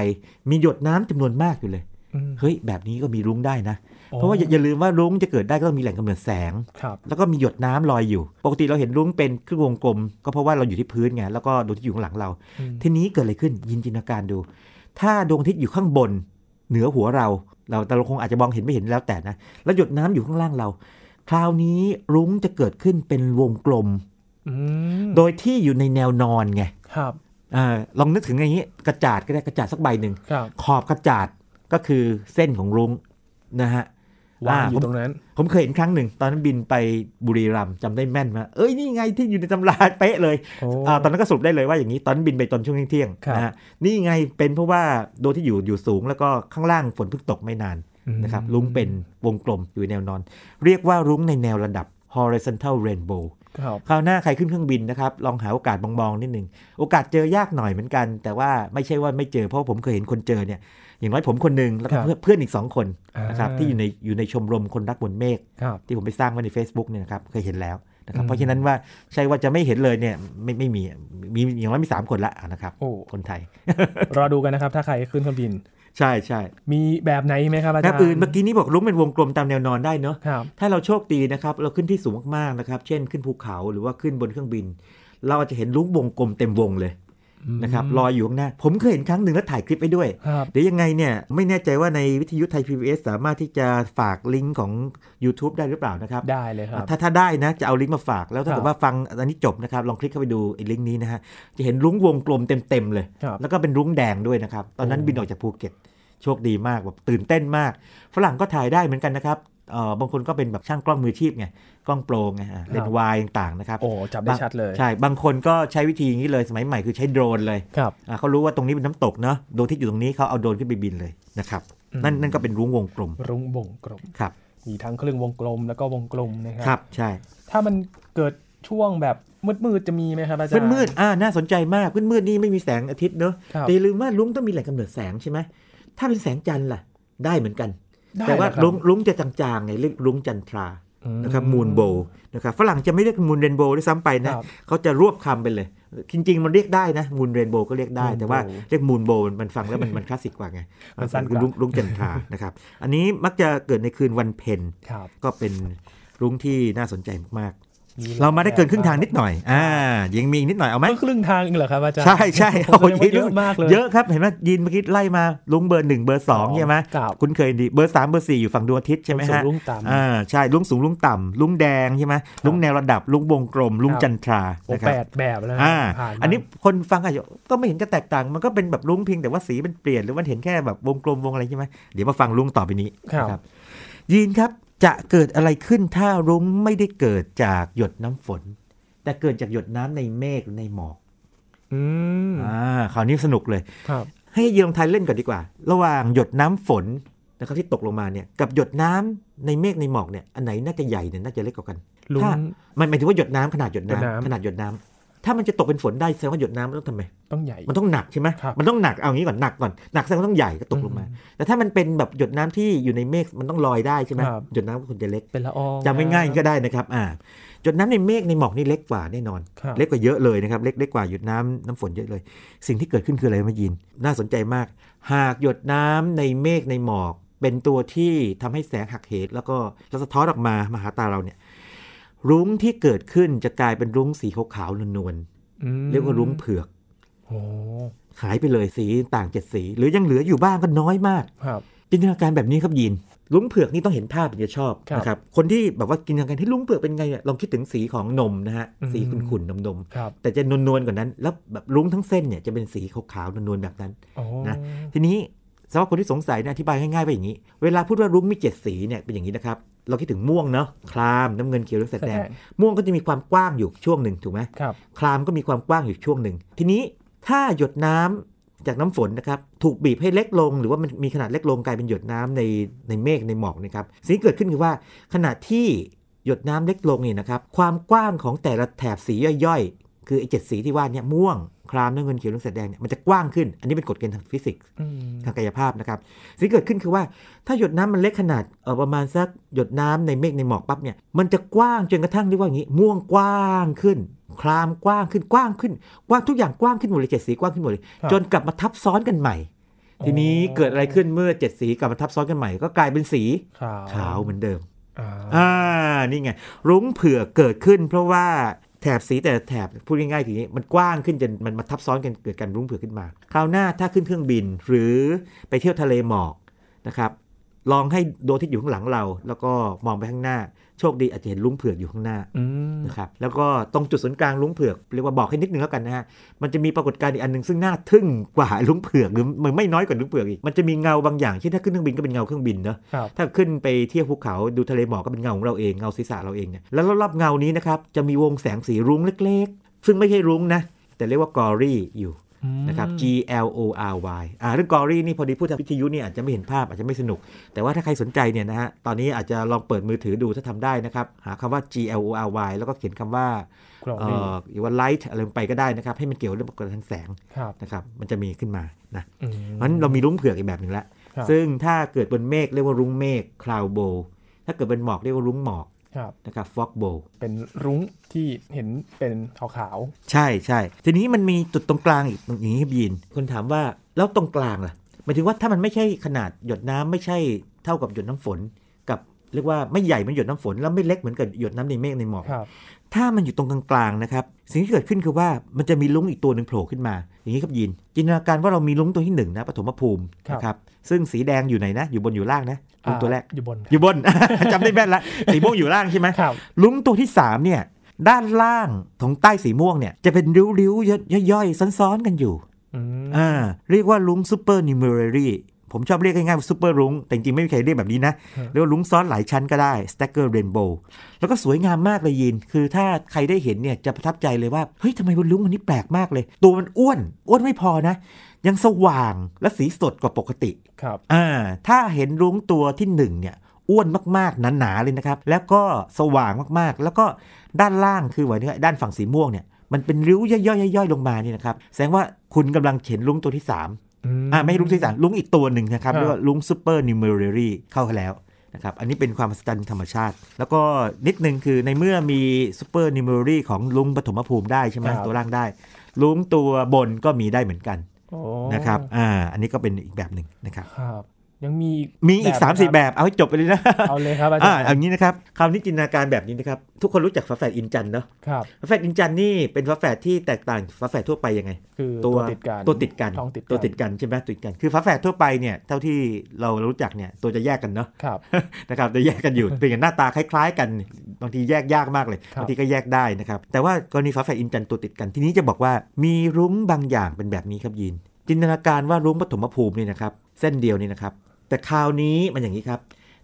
B: มีหยดน้ำจำนวนมากอยู่เลย
A: อืม
B: เฮ้ยแบบนี้ก็มีรุ้งได้นะ เพราะว่าอย่าอย่าลืมว่ารุ้งจะเกิดได้ก็ต้องมีแหล่งกำเนิดแสง
A: ครับ
B: แล้วก็มีหยดน้ำลอยอยู่ ปกติเราเห็นรุ้งเป็นครึ่งวงกลม ก็เพราะว่าเราอยู่ที่พื้นไงแล้วก็ดวงอาทิตย์อยู่ข้างหลังเรา
A: อืม
B: ทีนี้เกิดอะไรขึ้นยินจินตนาการดู ถ้าดวงอาทิตย์อยู่ข้างบน เหนือหัวเรา เราแต่เราคงอาจจะมองเห็นไม่เห็นแล้วแต่นะ แล้วหยดน้ำอยู่ข้างล่างเรา คราวนี้รุ้งจะเกิดขึ้นเป็นวงกลม
A: อืม
B: โดยที่อยู่ในแนวนอนไง
A: ครับ
B: เออลองนึกถึงอย่างนี้กระจาดก็ได้กระจาดสักใบหนึ่ง
A: ครับ
B: ขอบกระจาดก็คือเส้นของรุ้งนะฮะ
A: วางอ
B: ผ
A: ยู่
B: ม
A: ตรงนั้น
B: ผมเคยเห็นครั้งหนึ่ง ตอนนั้นบินไปบุรีรัมย์จำได้แม่นมากเอ้ยนี่ไงที่อยู่ในตำรา เป๊ะเลย
A: โอ้
B: อาตอนนั้นก็สรุปได้เลยว่าอย่างนี้ตอนนั้นบินไปตอนช่วงเที่ยง
A: ครับ
B: ๆนะฮะนี่ไงเป็นเพราะว่าโดยที่อยู่อยู่สูงแล้วก็ข้างล่างฝนเพิ่งตกไม่นานนะครับรุ้งเป็นวงกลมอยู่ในแนวนอน เรียกว่ารุ้งในแนวระดับ horizontal rainbow
A: ครับ
B: คราวหน้าใครขึ้นเครื่องบินนะครับ ลองหาโอกาสมองๆนิดนึงโอกาสเจอยากหน่อยเหมือนกัน แต่ว่าไม่ใช่ว่าไม่เจอเพราะผมเคยเห็นคนเจอเนี่ยอย่างน้อยผมคนหนึ่งแล้วก็เพื่อนเพื่อนอีกสองคนนะครับที่อยู่ในอยู่ในชมรมคนรักบนเมฆ
A: ครับ
B: ที่ผมไปสร้างไว้ใน Facebook เนี่ยนะครับเคยเห็นแล้วนะครับ
A: อืม
B: เพราะฉะนั้นว่าใช่ว่าจะไม่เห็นเลยเนี่ยไม่ไม่มีมีมีอย่างน้อยมีสามคนละนะครับ
A: โอ้
B: คนไทย
A: รอดูกันนะครับ ถ้าใครขึ้นเครื่องบิน
B: ใช่ใช่
A: มีแบบไหนไหมครับอาจาร
B: แบบ
A: ย์
B: อื่นเมื่อกี้นี้บอกรุ้งเป็นวงกลมตามแนวนอนได้เนาะ
A: ครับ
B: ถ้าเราโชคดีนะครับ เราขึ้นที่สูงมากๆนะครับ เช่นขึ้นภูเขาหรือว่าขึ้นบนเครื่องบิน เราอาจจะเห็นรุ้งวงกลมเต็มวงเลยนะครับลอยอยู่ข้างหน้า ผมเคยเห็นครั้งหนึ่งแล้วถ่ายคลิปไว้ด้วย
A: ครับ
B: เดี๋ยวยังไงเนี่ยไม่แน่ใจว่าในวิทยุไทย PBS สามารถที่จะฝากลิงก์ของ YouTube ได้หรือเปล่านะครับ
A: ได้เลยครับ
B: ถ้าถ้าได้นะจะเอาลิงก์มาฝากแล้วถ้า
A: ครั
B: เกิ
A: บ
B: ดว่าฟังอันนี้จบนะครับลองคลิกเข้าไปดูไอ้ลิงก์นี้นะฮะจะเห็นรุ้งวงกลมเต็มๆเลย
A: ครับ
B: แล้วก็เป็นรุ้งแดงด้วยนะครับ ตอนนั้น
A: โอ้
B: บินออกจากภูเก็ตโชคดีมากแบบตื่นเต้นมาก ฝรั่งก็ถ่ายได้เหมือนกันนะครับเอ่อบางคนก็เป็นแบบช่างกล้องมืออาชีพไงกล้องโปรงไงฮะเลนส์วายต่างๆนะครับ
A: โอ้จับได้ชัดเลย
B: ใช่บางคนก็ใช้วิธีอย่างนี้เลยสมัยใหม่คือใช้โดรนเลย
A: ครับ
B: อ่าเขารู้ว่าตรงนี้เป็นน้ำตกเนาะโดรนที่อยู่ตรงนี้เขาเอาโดรนขึ้นไปบินเลยนะครับ
A: อืม
B: นั่นนั่นก็เป็นรุ้งวงกลม
A: รุ้งวงกลม
B: ครับ
A: มีทั้งเครื่องวงกลมแล้วก็วงกลมนะครั
B: ครับใช่
A: ถ้ามันเกิดช่วงแบบมืดๆจะมีไหมครับอาจาร
B: มื
A: ย์
B: ดมืดๆอ่า น่าสนใจมากมืดมืดๆนี่ไม่มีแสงอาทิตย์เนอะ
A: ครับ
B: แต่อย่าลืมว่าลุงต้องมีแหล่งกำเนิดแสงใช่ไหม ถ้าเป็นแสงจันทร์ล่ะ ได้เหมือนกัน
A: ได้
B: แต่ว่า
A: เหรอครับ
B: รุ้งรุ้งจะจางๆไงเรียกรุ้งจันทรา
A: อื
B: นะครับมูนโบนะครับฝรั่งจะไม่เรียกมูนเรนโบด้วยซ้ำไปนะครับเขาจะรวบคำไปเลย จริง ๆ มันเรียกได้นะมูนเรนโบก็เรียกได้
A: Moon
B: แต่ว่า
A: Bow
B: เรียกมูนโบมันฟังแล้วมันมันคลาสสิกกว่าไง
A: มันสั้นกว่า
B: รุ้งรุ้งจันทรา นะครับ อันนี้มักจะเกิดในคืนวันเพ็ญ
A: ครับ
B: ก็เป็นรุ้งที่น่าสนใจมาก
A: มี
B: ๆ เรามาได้เกินครึ่งทางนิดหน่อยอ่ายังมีอีกนิดหน่อยเอาไหม
A: เพิ่งครึ่งทางเองเหรอครับอาจารย์
B: ใช่ใช่
A: โอ้โหแสดงว่าเย
B: รู้สึ
A: อะมากเลย
B: เยอะครับเห็นไหมยินเมื่อกี้ไล่มาลุงเบอร์หนึ่งเบอร์สองใช่ไหม
A: ครับ
B: คุณเคยดีเบอร์สามเบอร์สี่อยู่ฝั่งดวงอาทิตย์ใช่ไหม
A: สูง
B: ฮะ
A: รุ่งต่ำ
B: อ่าใช่ลุงสูงลุงต่ำลุงแดงใช่ไหมลุงแนวระดับลุงวงกลม ลุง
A: ครับ
B: จันทรา
A: โอ้
B: นะค
A: แป
B: รับ
A: ดแบบแล้วนะ
B: อ่า
A: ผ่านมา
B: อันนี้คนฟังอาจจะก็ไม่เห็นจะแตกต่าง มันก็เป็นแบบลุงเพียงแต่ว่าสีมันเปลี่ยนหรือมันเห็นแค่แบบวงกลมวงอะไรใช่ไหมเดี๋ยวมาฟังลุงต่อไปนี้
A: ครับ
B: นะครับยีนครับจะเกิดอะไรขึ้นถ้าลุงไม่ได้เกิดจากหยดน้ำฝน แต่เกิดจากหยดน้ำในเมฆหรือในหมอก
A: อืม
B: อ่าคราวนี้สนุกเลย
A: ครับ
B: ให้ยีนลองทายเล่นก่อนดีกว่า ระหว่างหยดน้ำฝนนะครับที่ตกลงมาเนี่ยกับหยดน้ำในเมฆในหมอกเนี่ยอันไหนน่าจะใหญ่เนี่ยน่าจะเล็กกว่ากัน
A: ลุง
B: ถ้า มันหมายถึงว่าหยดน้ำขนาดหยด
A: หยด
B: น้ำ
A: น้ำ
B: ขนาดหยดน้ำถ้ามันจะตกเป็นฝนได้แสดงว่าหยดน้ำมันต้องทำไม
A: ต้องใหญ่
B: มันต้องหนักใช่ไหม
A: ครับ
B: มันต้องหนักเอางี้ก่อนหนักก่อนหนักแสดงว่าต้องใหญ่ก็ตกลงมา
A: อื
B: แต่ถ้ามันเป็นแบบหยดน้ำที่อยู่ในเมฆมันต้องลอยได้ใช่ไหม
A: ครับ
B: หยดน้ำก็ควรจะเล็ก
A: เป็นละออง
B: จำง่ายๆก็ได้นะครับอ่าหยดน้ำในเมฆในหมอกนี่เล็กกว่าแน่นอน
A: ครับ
B: เล็กกว่าเยอะเลยนะครับเล็กเล็กกว่าหยดน้ำน้ำฝนเยอะเลย สิ่งที่เกิดขึ้นคืออะไรมายิน น่าสนใจมาก หากหยดน้ำในเมฆในหมอก เป็นตัวที่ทำให้แสงหักเหแล้วก็แล้วสะท้อนออกมามาหาตาเราเนี่ยรุ้งที่เกิดขึ้นจะกลายเป็นรุ้งสีขาวๆนวล
A: อืม
B: ๆเรียกว่ารุ้งเผือก
A: โอ้
B: หายไปเลยสีต่างเจ็ดสี หรือยังเหลืออยู่บ้างก็น้อยมาก
A: ครับ
B: จินตนาการแบบนี้ครับยีนลุงเผือกนี่ต้องเห็นภาพถึงจะชอบ
A: ครับ
B: นะครับคนที่แบบว่ากินตนาการที่ลุงเผือกเป็นไงเนี่ยลองคิดถึงสีของนมนะฮะ
A: อืม
B: สีขุ่นๆนม
A: ครับ
B: ๆแต่จะนวลๆกว่านั้น แล้วแบบลุงทั้งเส้นเนี่ยจะเป็นสีขาวๆนวลๆแบบนั้น
A: โอ้
B: นะ ทีนี้สำหรับคนที่สงสัยเนะอธิบายง่ายๆไปอย่างนี้ เวลาพูดว่ารุ้งมีเจ็ดสีเนี่ยเป็นอย่างนี้นะครับเราคิดถึงม่วงเนาะคลามน้ำเงินเขียวเหลืองแสดแดงม่วงก็จะมีความกว้างอยู่ช่วงหนึ่งถูกไหม
A: ครับ
B: คลามก็มีความกว้างอยู่ช่วงหนึ่ง ทีนี้ถ้าหยดน้ำจากน้ำฝนนะครับถูกบีบให้เล็กลง หรือว่ามันมีขนาดเล็กลงกลายเป็นหยดน้ำในในเมฆในหมอกนะครับสิ่งที่เกิดขึ้นคือว่าขณะที่หยดน้ำเล็กลงเนี่ยนะครับความกว้างของแต่ละแถบสีย่อยๆ คือไอ้เจ็ดสีที่ว่าเนี่ยม่วงคลามน้ำเงินเขียวเหลืองแสดแดงเนี่ยมันจะกว้างขึ้น อันนี้เป็นกฎเกณฑ์ทางฟิสิกส์
A: อืม
B: ทางกายภาพนะครับสิ่งที่เกิดขึ้นคือว่าถ้าหยดน้ำมันเล็กขนาดเออประมาณสักหยดน้ำในเมฆในหมอกปั๊บเนี่ยมันจะกว้างจนกระทั่งเรียกว่าอย่างนี้ ม่วงกว้างขึ้น คลามกว้างขึ้นกว้างขึ้นกว้างทุกอย่างกว้างขึ้นหมดเลยเจ็ดสีกว้างขึ้นหมดเลยจนกลับมาทับซ้อนกันใหม่ ทีนี้เกิดอะไรขึ้นเมื่อเจ็ดสีกลับมาทับซ้อนกันใหม่ ก็กลายเป็นสี
A: ขาว
B: ขาวเหมือนเดิม
A: อ่า
B: อ่า นี่ไง รุ้งเผือกเกิดขึ้น เพราะว่าแถบสีแต่ละแถบพูดง่ายๆคืออย่างนี้มันกว้างขึ้นจนมันมาทับซ้อนกันเกิดการรุ้งเผือกขึ้นมา คราวหน้าถ้าขึ้นเครื่องบินหรือไปเที่ยวทะเลหมอกนะครับ ลองให้ดวงอาทิตย์อยู่ข้างหลังเรา แล้วก็มองไปข้างหน้า โชคดีอาจจะเห็นรุ้งเผือกอยู่ข้างหน้า
A: อืม
B: นะครับแล้วก็ตรงจุดศูนย์กลางรุ้งเผือกเรียกว่าบอกให้นิดนึงแล้วกันนะฮะมันจะมีปรากฏการณ์อีกอันหนึ่งซึ่งน่าทึ่งกว่ารุ้งเผือกหรือมันไม่น้อยกว่ารุ้งเผือกอีกมันจะมีเงาบางอย่างเช่นถ้าขึ้นเครื่องบินก็เป็นเงาเครื่องบินเนอะ
A: ครับ
B: ถ้าขึ้นไปเที่ยวภูเขาดูทะเลหมอกก็เป็นเงาของเราเองเงาศีรษะเราเองเนี่ยแล้วรอบๆเงานี้นะครับจะมีวงแสงสีรุ้งเล็กๆ ซึ่งไม่ใช่รุ้งนะ แต่เรียกว่ากอรี่อยู่
A: อืม
B: นะครับ G L O R Y อ่าเรื่องกอรี่นี่พอดีพูดทางวิทยุเนี่ยอาจจะไม่เห็นภาพอาจจะไม่สนุก แต่ว่าถ้าใครสนใจเนี่ยนะฮะตอนนี้อาจจะลองเปิดมือถือดูถ้าทำได้นะครับ หาคำว่า G L O R Y แล้วก็เขียนคำว่าก
A: ล่อง
B: เอ่
A: นี้
B: อหรือว่า light อะไรลงไปก็ได้นะครับ ให้มันเกี่ยวเรื่องปรากฏการณ์ทางแสง
A: ครับ
B: นะครับมันจะมีขึ้นมานะ
A: อืม
B: เพราะฉะนั้นเรามีรุ้งเผือกอีกแบบหนึ่งละ
A: ครับ
B: ซึ่งถ้าเกิดบนเมฆเรียกว่ารุ้งเมฆคลาวโบ ถ้าเกิดบนหมอกเรียกว่ารุ้งหมอก
A: ครับ
B: นะครับฟอกโบ
A: เป็นรุ้งที่เห็นเป็นขาว
B: ใช่ใช่ ทีนี้มันมีจุดตรงกลางอีกตรงนี้ครับยีนคนถามว่าแล้วตรงกลางล่ะ หมายถึงว่าถ้ามันไม่ใช่ขนาดหยดน้ำไม่ใช่เท่ากับหยดน้ำฝน กับเรียกว่าไม่ใหญ่เหมือนหยดน้ำฝน แล้วไม่เล็กเหมือนกับหยดน้ำในเมฆในหมอก
A: ๆครับ
B: ถ้ามันอยู่ตรงกลางๆนะครับ สิ่งที่เกิดขึ้นคือว่ามันจะมีลุ้งอีกตัวหนึ่งโผล่ขึ้นมา อย่างนี้ครับยิน จินตนาการว่าเรามีลุ้งตัวที่หนึ่งนะปฐมภูมินะครับซึ่งสีแดงอยู่ไหนนะ อยู่บนอยู่ล่างนะลุ้งตัวแรก
A: อ่าอยู่บน
B: อยู่บน จำได้แม่นละสีม่วงอยู่ล่างใช่ไหม
A: ครับ
B: ลุ้งตัวที่สามเนี่ยด้านล่างของใต้สีม่วงเนี่ยจะเป็นริ้วๆย่อยๆซ้อนๆกันอยู่
A: อืม
B: อ่าเรียกว่าลุงซูเปอร์นิวเมอรี่ผมชอบเรียกง่ายๆว่าซูเปอร์ลุงแต่จริงๆ ไม่มีใครเรียกแบบนี้นะ
A: ครับ
B: เรียกว่าลุงซ้อนหลายชั้นก็ได้สแต็กเกอร์เรนโบว์แล้วก็สวยงามมากเลยยิน คือถ้าใครได้เห็นเนี่ยจะประทับใจเลยว่า เฮ้ยทำไมบนลุงอันนี้แปลกมากเลย ตัวมันอ้วน อ้วนไม่พอนะ ยังสว่างและสีสดกว่าปกติ
A: ครับ
B: อ่าถ้าเห็นรุ้งตัวที่หนึ่งเนี่ยอ้วนมากๆหนาๆเลยนะครับ แล้วก็สว่างมากๆ แล้วก็ด้านล่างคือหมายถึงว่าด้านฝั่งสีม่วงเนี่ยมันเป็นริ้วย่อยๆๆๆลงมานี่นะครับแสดงว่าคุณกำลังเห็นรุ้งตัวที่สาม อ่าไม่ใช่ลุงสีสันลุงอีกตัวหนึ่งนะครับ
A: อ่า
B: เรียกว่าลุงซูเปอร์นิวเมอรรี่เข้าแล้วนะครับอันนี้เป็นความมหัศจรรย์ธรรมชาติ แล้วก็นิดนึงคือในเมื่อมีซูเปอร์นิวเมอรรี่ของลุงปฐมภูมิได้ใช่ไหม
A: ครับ
B: ตัวล่างได้ ลุงตัวบนก็มีได้เหมือนกัน
A: อ๋อ
B: นะครับอ่าอันนี้ก็เป็นอีกแบบหนึ่งนะครับ
A: ครับ ยังมีอีก
B: มีอีก
A: แบบ
B: 3ามสี่
A: นะ
B: แบบเอาให้จบไปเลยนะ
A: ครับ เอาเลยครับอาจา
B: อ่าร
A: ย์
B: เอย่างนี้นะครับคราวนี้จินตนาการแบบนี้นะครับ ทุกคนรู้จักฝาแฝดอินจันเนาะ
A: ครับ
B: ฝาแฝดอินจันนี่เป็นฝาแฝดที่แตกต่างจากฝาแฝดทั่วไปยังไง
A: คือติดกัน
B: ตัวติดกัน
A: ท้องติด
B: ตัวติดกันใช่ไหมตัวติดกันคือฝาแฝดทั่วไปเนี่ยเท่าที่เรารู้จักเนี่ยตัวจะแยกกันเนาะ
A: ครับ
B: นะครับจะแยกกัน อยู่ เป็นอย่างหน้าตาคล้าย ๆ กันบางทีแยกยากมากเลย
A: ครับ
B: บางทีก็แยกได้นะครับแต่ว่ากรณีฝาแฝดอินจันทร์ตัวติดกันทีนี้จะบอกว่ามีรุ้งบางอย่างเป็นแบบนี้ครับยีนจินตนาการว่ารุ้งปฐมภูมินี่นะครับเส้นเดียวนี่นะครับแต่คราวนี้มันอย่างนี้ครับ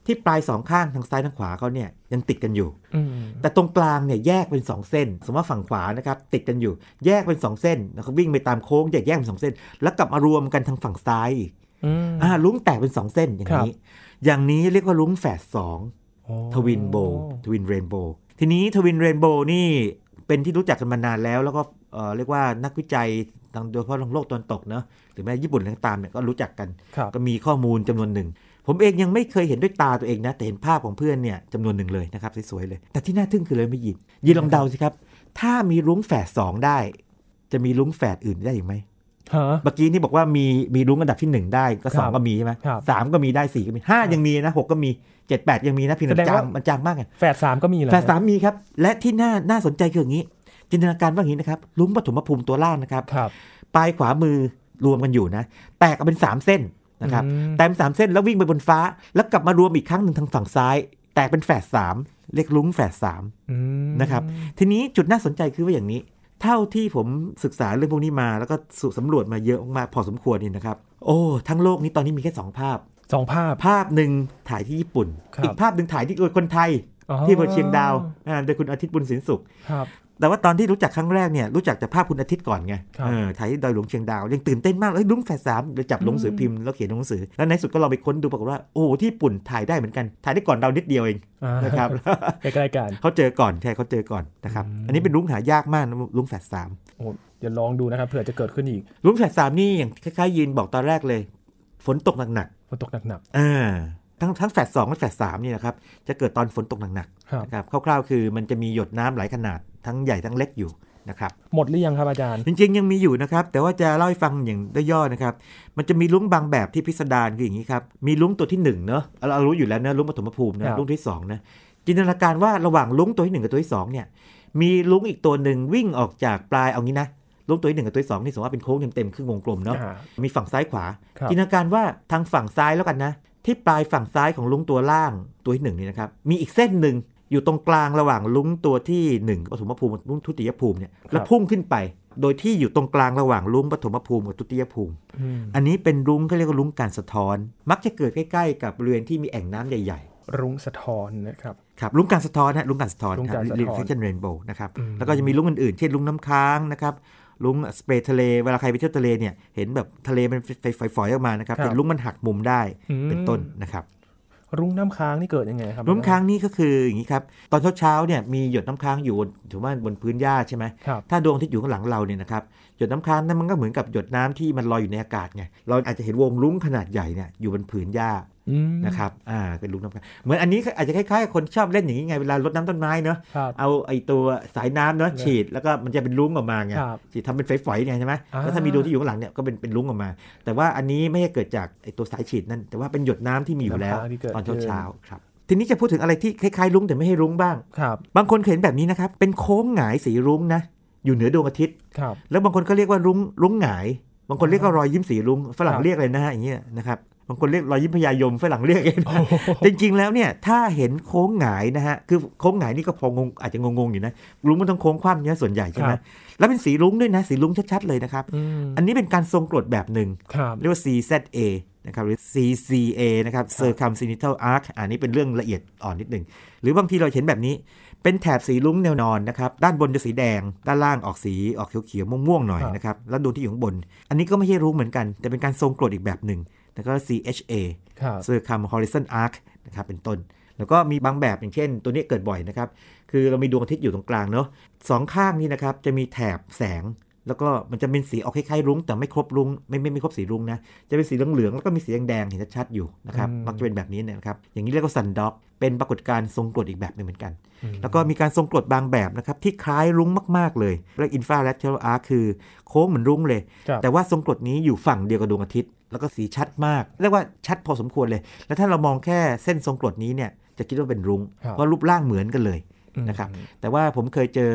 B: ที่ปลายสองข้างทางซ้ายทางขวาเขาเนี่ยยังติดกันอยู่
A: อืม
B: แต่ตรงกลางเนี่ยแยกเป็น 2 เส้น สมมติว่าฝั่งขวานะครับติดกันอยู่ แยกเป็น 2 เส้นแล้วก็วิ่งไปตามโค้งแยกแยกเป็นสองเส้น แล้วกลับมารวมกันทางฝั่งซ้ายอีก
A: อืม
B: อ่าลุ้งแตกเป็น 2 เส้นอย่างนี้ อย่างนี้เรียกว่าลุ้งแฝดสอง
A: โอ้
B: ทวินโบทวินเรนโบทีนี้ทวินเรนโบนี่เป็นที่รู้จักกันมานานแล้ว แล้วก็เอ่อเรียกว่านักวิจัยทางโดยเฉพาะทางโลกตะวันตกเนอะหรือแม้ญี่ปุ่นอะไรก็ตามเนี่ยก็รู้จักกัน
A: ครับ
B: ก็มีข้อมูลจำนวนหนึ่ง ผมเองยังไม่เคยเห็นด้วยตาตัวเองนะ แต่เห็นภาพของเพื่อนเนี่ยจำนวนหนึ่งเลยนะครับสวยๆเลย แต่ที่น่าทึ่งคือเลยไม่ยินยินลองเดาสิครับ ถ้ามีรุ้งแฝดสองได้ จะมีรุ้งแฝดอื่นได้อีกไหม
A: ฮะ
B: เมื่อกี้นี่บอกว่ามีมีรุ้งอันดับที่หนึ่งได้ก็สอง
A: ครับ
B: ก็มีใช่ไหม
A: ครับ
B: สามก็มีได้สี่ก็มีห้ายังมีนะหกก็มีเจ็ดแปดยังมีนะเพี่
A: แสดง
B: น้ำจาง
A: ว่า
B: มันจางมากไง
A: แฝดสามก็มีเหรอ
B: แฝดสามมีครับและที่น่าน่าสนใจคืออย่างนี้ จินตนาการว่าอย่างนี้นะครับรุ้งปฐมภูมิตัวล่างนะครับ
A: ครับ
B: ปลายขวามือรวมกันอยู่นะ แตกออกเป็น 3 เส้นนะครับ
A: อืม
B: แตกเป็นสามเส้นแล้ววิ่งไปบนฟ้า แล้วกลับมารวมอีกครั้งหนึ่งทางฝั่งซ้าย แตกเป็นแฝดสามเรียกลุ้งแฝดสาม
A: อืม
B: นะครับ ทีนี้จุดน่าสนใจคือว่าอย่างนี้ เท่าที่ผมศึกษาเรื่องพวกนี้มา แล้วก็สสำรวจมาเยอะมากพอสมควรนี่นะครับ โอ้ทั้งโลกนี้ตอนนี้มีแค่สองภาพ
A: สองภาพ
B: ภาพหนึ่งถ่ายที่ญี่ปุ่น
A: ครับ
B: อีกภาพหนึ่งถ่ายที่คนไทย
A: อ๋อ
B: ที่อำเภอเชียงดาวอ่าโดยคุณอาทิตย์บุญสินสุข
A: ครับ
B: แต่ว่าตอนที่รู้จักครั้งแรกเนี่ยรู้จักจากภาพคุณอาทิตย์ก่อนไง
A: ครับ
B: เออถ่ายที่ดอยหลวงเชียงดาว ยังตื่นเต้นมากเลยลุ้งแฝดสามเลยจับหนังสือพิมพ์แล้วเขียนหนังสือ แล้วในสุดก็ลองไปค้นดูปรากฏว่า โอ้โหที่ญี่ปุ่นถ่ายได้เหมือนกันถ่ายได้ก่อนเรานิดเดียวเอง
A: อ่าน
B: นะครับ
A: ใกล้ๆกัน
B: เขาเจอก่อนใช่เขาเจอก่อนนะครับ
A: อืม
B: อันนี้เป็นลุ้งหายากมากนะลุ้งแฝดสาม
A: โอ้เดี๋ยวลองดูนะครับเผื่อจะเกิดขึ้นอีก
B: ลุ้งแฝดสามนี่อย่างคล้ายๆยีนบอกตอนแรกเลย ฝนตกหนัก
A: ฝนตกหนัก
B: ๆอ่าทั้งทั้งแฝดสองและแฝดสามนี่นะครับจะเกิดตอนฝนตกหนัก
A: ๆครับ
B: ๆนะครับคร่าวๆ คือมันจะมีหยดน้ำไหลขนาดทั้งใหญ่ทั้งเล็กอยู่นะครับ
A: หมดหรือยังครับอาจารย์
B: จริงๆ ยังมีอยู่นะครับ แต่ว่าจะเล่าให้ฟังอย่างย่อๆนะครับ มันจะมีลุ้งบางแบบที่พิสดารคืออย่างนี้ครับ มีลุ้งตัวที่1เนอะเราเรารู้อยู่แล้วเนอะลุ้งปฐมภูมิ
A: ครั
B: นะ
A: บ
B: ลุ้งที่2นะจินตนาการว่าระหว่างลุ้งตัวที่1กับตัวที่2เนี่ยมีลุ้งอีกตัวหนึ่งวิ่งออกจากปลายเอางี้นะลุ้งตัวที่หนึ่งกับตัวที่สองนี่สมมติว่าเป็นโค้งเต็มๆครึ่งวงกลมเนาะ
A: อ่า
B: มีฝั่งซ้ายขวา
A: ครับ
B: จินตนาการว่าทางฝั่งซ้ายแล้วกันนะ ที่ปลายฝั่งซ้ายของลุ้งตัวล่างตัวที่หนึ่งนี่นะครับมีอีกเส้นหนึ่งอยู่ตรงกลางระหว่างลุ้งตัวที่หนึ่งกับปฐมภูมิกับลุ้งทุติยภูมิเนี่ยแล้วพุ่งขึ้นไป โดยที่อยู่ตรงกลางระหว่างลุ้งปฐมภูมิกับทุติยภูมิ
A: อืม
B: อันนี้เป็นลุ้งเขาเรียกว่าลุ้งการสะท้อน มักจะเกิดใกล้ๆ กับบริเวณที่มีแอ่งน้ำใหญ่ๆ
A: รุ้งสะท้อนนะครับ
B: ครับลุ้งการสะท้อนฮะลุ้งการสะท้อน
A: ลุ้งการสะท้อน
B: นเรนโบว์นะครับ แล้วก็จะมีลุ้งอื่นๆ เช่นลุ้งน้ำค้างนะครับลุงสเปรย์ทะเล เวลาใครไปเที่ยวทะเลเนี่ยเห็นแบบทะเลมันฝอยๆออกมานะครับ
A: ครับ
B: แต่ลุงมันหักมุมได้
A: อืม
B: เป็นต้นนะครับ
A: รุ้งน้ำค้างนี่เกิดยังไงครับ
B: ลุ้งค้างนี่ก็คืออย่างนี้ครับ ตอนเช้าๆเนี่ยมีหยดน้ำค้างอยู่บนถือว่าบนพื้นหญ้าใช่ไหม
A: ครับ
B: ถ้าดวงอาที่อยู่ข้างหลังเราเนี่ยนะครับหยดน้ำค้างนั้นมันก็เหมือนกับหยดน้ำที่มันลอยอยู่ในอากาศไงเราอาจจะเห็นวงลุ้งขนาดใหญ่เนี่ยอยู่บนผืนหญ้า
A: อืม
B: นะครับ อ่า เป็นลูกน้ำค้างเหมือนอันนี้อาจจะคล้ายๆ คนชอบเล่นอย่างนี้ไง เวลารดน้ำต้นไม้เนอะ
A: ครับ
B: เอาไอตัวสายน้ำเนอะ
A: ครับ
B: ฉีด แล้วก็มันจะเป็นลุ้งออกมาไง
A: ครับ
B: ฉีดทำเป็นฝอยๆไงใช่ไหม
A: อ่า
B: แล้วถ้ามีดูที่อยู่ข้างหลังเนี่ยก็เป็นเป็นลุ้งออกมา แต่ว่าอันนี้ไม่ใช่เกิดจากไอตัวสายฉีดนั่น แต่ว่าเป็นหยดน้ำที่มีอยู่แล้ว
A: น้ำค้างที่เกิด
B: ตอน
A: ขึ้
B: เช้าๆครับ ทีนี้จะพูดถึงอะไรที่คล้ายๆลุ้งแต่ไม่ให้ลุ้งบ้าง
A: ครับ
B: บางคนเห็นแบบนี้นะครับ เป็นโค้งหงายสีรุ้งนะ อยู่เหนือดวงอาทิตย์
A: ครับ
B: แล้วบางคนก็เรียกว่ารุ้งรุ้งหงาย บางคนเรียกว่ารอยยิ้มสีรุ้งฝรั่
A: ค
B: ง
A: รับ
B: เรียกอะไรนะฮะอย่างเงี้ยนะครับ บางคนเรียกรอยยิ้มพยายมฝรั่งเรียกเองจริงๆแล้วเนี่ยถ้าเห็นโค้งหงายนะฮะคือโค้งหงายนี่ก็พองงอาจจะงงๆอยู่นะรุ้งมันต้องโค้งคว่ำเนี่ยส่วนใหญ่ใช่ไหมแล้วเป็นสีรุ้งด้วยนะสีรุ้งชัดๆเลยนะครับ
A: อืม
B: อันนี้เป็นการทรงกรดแบบหนึ่ง
A: ครับ
B: เรียกว่า CZA นะครับหรือ CCA นะครับ Circumcinital Arc อันนี้เป็นเรื่องละเอียดอ่อนนิดหนึ่ง หรือบางทีเราเห็นแบบนี้ เป็นแถบสีลุ้งแนวนอนนะครับ ด้านบนจะสีแดง ด้านล่างออกสีออกเขียวๆ ม่วงๆ หน่อยนะครับ แล้วดวงที่อยู่ข้างบน อันนี้ก็ไม่ใช่รุ้งเหมือนกัน แต่เป็นการทรงกรดอีกแบบหนึ่งแล้วก็ CHA
A: ครับ
B: Circumhorizon Arc นะครับเป็นต้น แล้วก็มีบางแบบอย่างเช่น ตัวนี้เกิดบ่อยนะครับ คือเรามีดวงอาทิตย์อยู่ตรงกลางเนาะสองข้างนี่นะครับจะมีแถบแสง แล้วก็มันจะเป็นสีออกคล้ายๆรุ้งแต่ไม่ครบรุ้งไม่ไม่ไม่ครบสีรุ้งนะ จะเป็นสีเหลืองๆแล้วก็มีสีแดงๆเห็นชัดๆอยู่นะครับ
A: อืม
B: มักจะเป็นแบบนี้นะครับอย่างนี้เรียกว่าซันด็อกเป็นปรากฏการณ์ทรงกรดอีกแบบหนึงเหมือนกัน แล้วก็มีการทรงกรดบางแบบนะครับที่คล้ายรุ้งมากๆเลยเรียกอินฟราเรดเทลอาร์คือโค้งเหมือนรุ้งเลย
A: ครับ
B: แต่ว่าทรงกรดนี้อยู่ฝั่งเดียวกับดวงอาทิตย์ แล้วก็สีชัดมาก เรียกว่าชัดพอสมควรเลย แล้วถ้าเรามองแค่เส้นทรงกรดนี้เนี่ยจะคิดว่าเป็นรุง้ง
A: ครับ
B: เพราะรูปร่างเหมือนกันเลย
A: อืม
B: นะครับ แต่ว่าผมเคยเจอ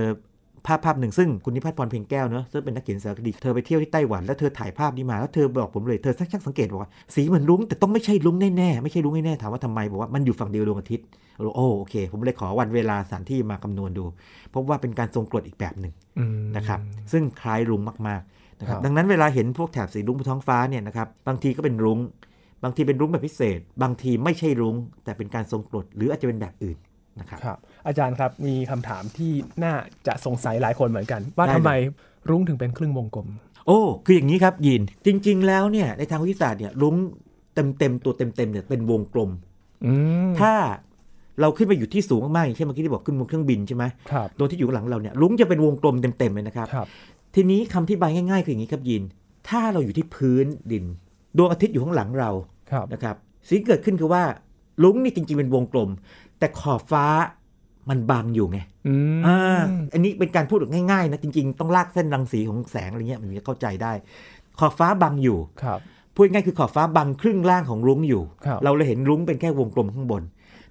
B: ภาพภาพหนึ่งซึ่งคุณนิพัฒน์พรเพ็งแก้วเนอะซึ่งเป็นนักเขียนสารคดีเธอไปเที่ยวที่ไต้หวันแล้วเธอถ่ายภาพนี้มาแล้วเธอบอกผมเลยเธอช่างสังเกตบอกว่าสีเหมือนรุ้งแต่ต้องไม่ใช่รุ้งแน่ๆไม่ใช่รุ้งแน่ๆถามว่าทำไมบอกว่ามันอยู่ฝั่งเดียวดวงอาทิตย์เราบอกโอ้โอเค ผมเลยขอวันเวลาสถานที่มาคำนวณดูพบว่าเป็นการทรงกรดอีกแบบหนึ่ง นะครับซึ่งคล้ายรุ้งมากๆนะครั
A: ค
B: บ
A: รับ
B: ดังนั้นเวลาเห็นพวกแถบสีรุ้งบนท้องฟ้าเนี่ยนะครับบางทีก็เป็นรุ้ง บางทีเป็นรุ้งแบบพิเศษ บางทีไม่ใช่รุ้ง แต่เป็นการทรงกรดหรืออาจจะเป็นแบบอื่นนะครับ
A: ครับ อาจารย์ครับมีคำถามที่น่าจะสงสัยหลายคนเหมือนกัน ว่าทำ
B: ได้เลย
A: ไมรุ้งถึงเป็นครึ่งวงกลม
B: โอ้คืออย่างนี้ครับยินจริง ๆ แล้วเนี่ยในทางวิทยาศาสตร์เนี่ยรุ้งเต็มๆตัวเต็มๆเนี่ยเป็นวงกลม
A: อืม
B: ถ้าเราขึ้นไปอยู่ที่สูงมากๆอย่างเช่นเมื่อกี้ที่บอกขึ้นบนเครื่องบินใช่ไหม
A: ครับ
B: ตัวที่อยู่ข้างหลังเราเนี่ยรุ้งจะเป็นวงกลมเต็มๆเลยนะครับ
A: ครับ
B: ทีนี้คำที่บายง่ายๆคืออย่างนี้ครับยิน ถ้าเราอยู่ที่พื้นดิน ดวงอาทิตย์อยู่ข้างหลังเรา
A: ครับ
B: นะครับสิ่งที่เกิดขึ้นคือว่าลุ้งนี่จริงๆเป็นวงกลม แต่ขอบฟ้ามันบังอยู่ไง
A: อืม
B: อ่าอันนี้เป็นการพูดแบบง่ายๆนะจริงๆ ต้องลากเส้นรังสีของแสงอะไรเงี้ยมันจะเข้าใจได้ ขอบฟ้าบังอยู่
A: ครับ
B: พูดง่ายๆคือขอบฟ้าบังครึ่งล่างของรุ้งอยู่
A: ครับ
B: เราเลยเห็นรุ้งเป็นแค่วงกลมข้างบน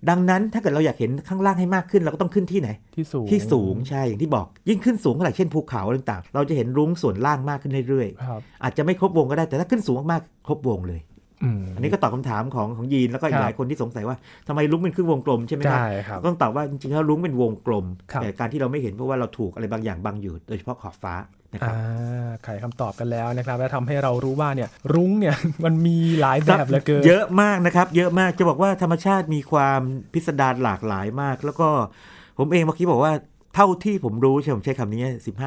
B: ดังนั้นถ้าเกิดเราอยากเห็นข้างล่างให้มากขึ้นเราก็ต้องขึ้นที่ไหน
A: ที่สูง
B: ที่สูงใช่อย่างที่บอกยิ่งขึ้นสูงเท่าไหร่เช่นภูเขาอะไรต่างๆ เราจะเห็นรุ้งส่วนล่างมากขึ้นเรื่อย
A: ครับ
B: ๆอาจจะไม่ครบวงก็ได้แต่ถ้าขึ้นสูงมากๆครบวงเลย
A: อืม
B: อันนี้ก็ตอบคำถามของของยีนแล้วก็
A: ค
B: อี
A: รั
B: ก
A: บ
B: หลายคนที่สงสัยว่าทำไมลุ้งเป็นครึ่งวงกลมใช่ไหมครับ
A: ใช่ครับ
B: ต้องตอบว่าจริงๆแล้วลุ้งเป็นวงกลม
A: ครับ
B: แต่การที่เราไม่เห็นเพราะว่าเราถูกอะไรบางอย่างบังอยู่ โดยเฉพาะขอบฟ้านะครับ
A: อ่าไขคำตอบกันแล้วนะครับ และทำให้เรารู้ว่าเนี่ย รุ้งเนี่ย มันมีหลายแบบเหลือเกิน
B: เยอะมากนะครับ เยอะมากจะบอกว่าธรรมชาติมีความพิสดารหลากหลายมาก แล้วก็ผมเองเมื่อกี้บอกว่าเท่าที่ผมรู้ใช่ไหมผมใช้คำนี้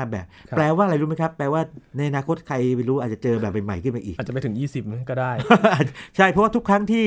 B: 15 แบบ
A: ครับ
B: แปลว่าอะไรรู้ไหมครับ แปลว่าในอนาคตใครไม่รู้อาจจะเจอแบบใหม่ๆขึ้นมาอีก
A: อาจจะไปถึง 20 ก็ได้
B: ใช่เพราะว่าทุกครั้งที่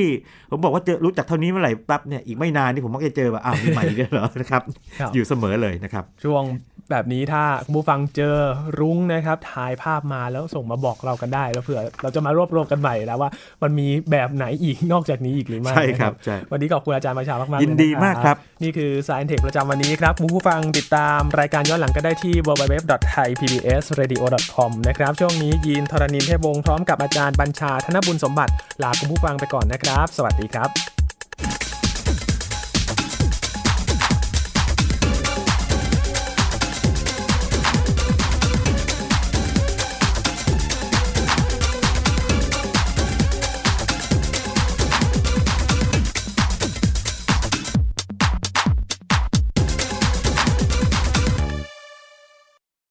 B: ผมบอกว่าเจอรู้จักเท่านี้เมื่อไหร่ปั๊บเนี่ยอีกไม่นานนี่ผมมักจะเจอแบบอ้าวมีใหม่อีกแล้วเหรอนะครับ
A: ครับ
B: อยู่เสมอเลยนะครับ
A: ช่วงแบบนี้ถ้าคุณผู้ฟังเจอรุ้งนะครับถ่ายภาพมาแล้วส่งมาบอกเรากันได้ แล้วเผื่อเราจะมารวบรวมกันใหม่แล้วว่า มันมีแบบไหนอีกนอกจากนี้อีกหรือไม่
B: ใช่ครับ
A: นะ
B: ใช่
A: วันนี้ขอบคุณอาจารย์ประชามากๆ
B: ยินดี
A: เละ
B: มากครับ
A: นี่คือ Science Tech ประจำวันนี้ครับคุณผู้ฟังติดตามรายการย้อนหลังก็ได้ที่ www.thaipbsradio.com นะครับช่วงนี้ยีนทรณินเทพวงศ์พร้อมกับอาจารย์บัญชาธนบุญสมบัติลาคุณผู้ฟังไปก่อนนะครับ สวัสดีครับ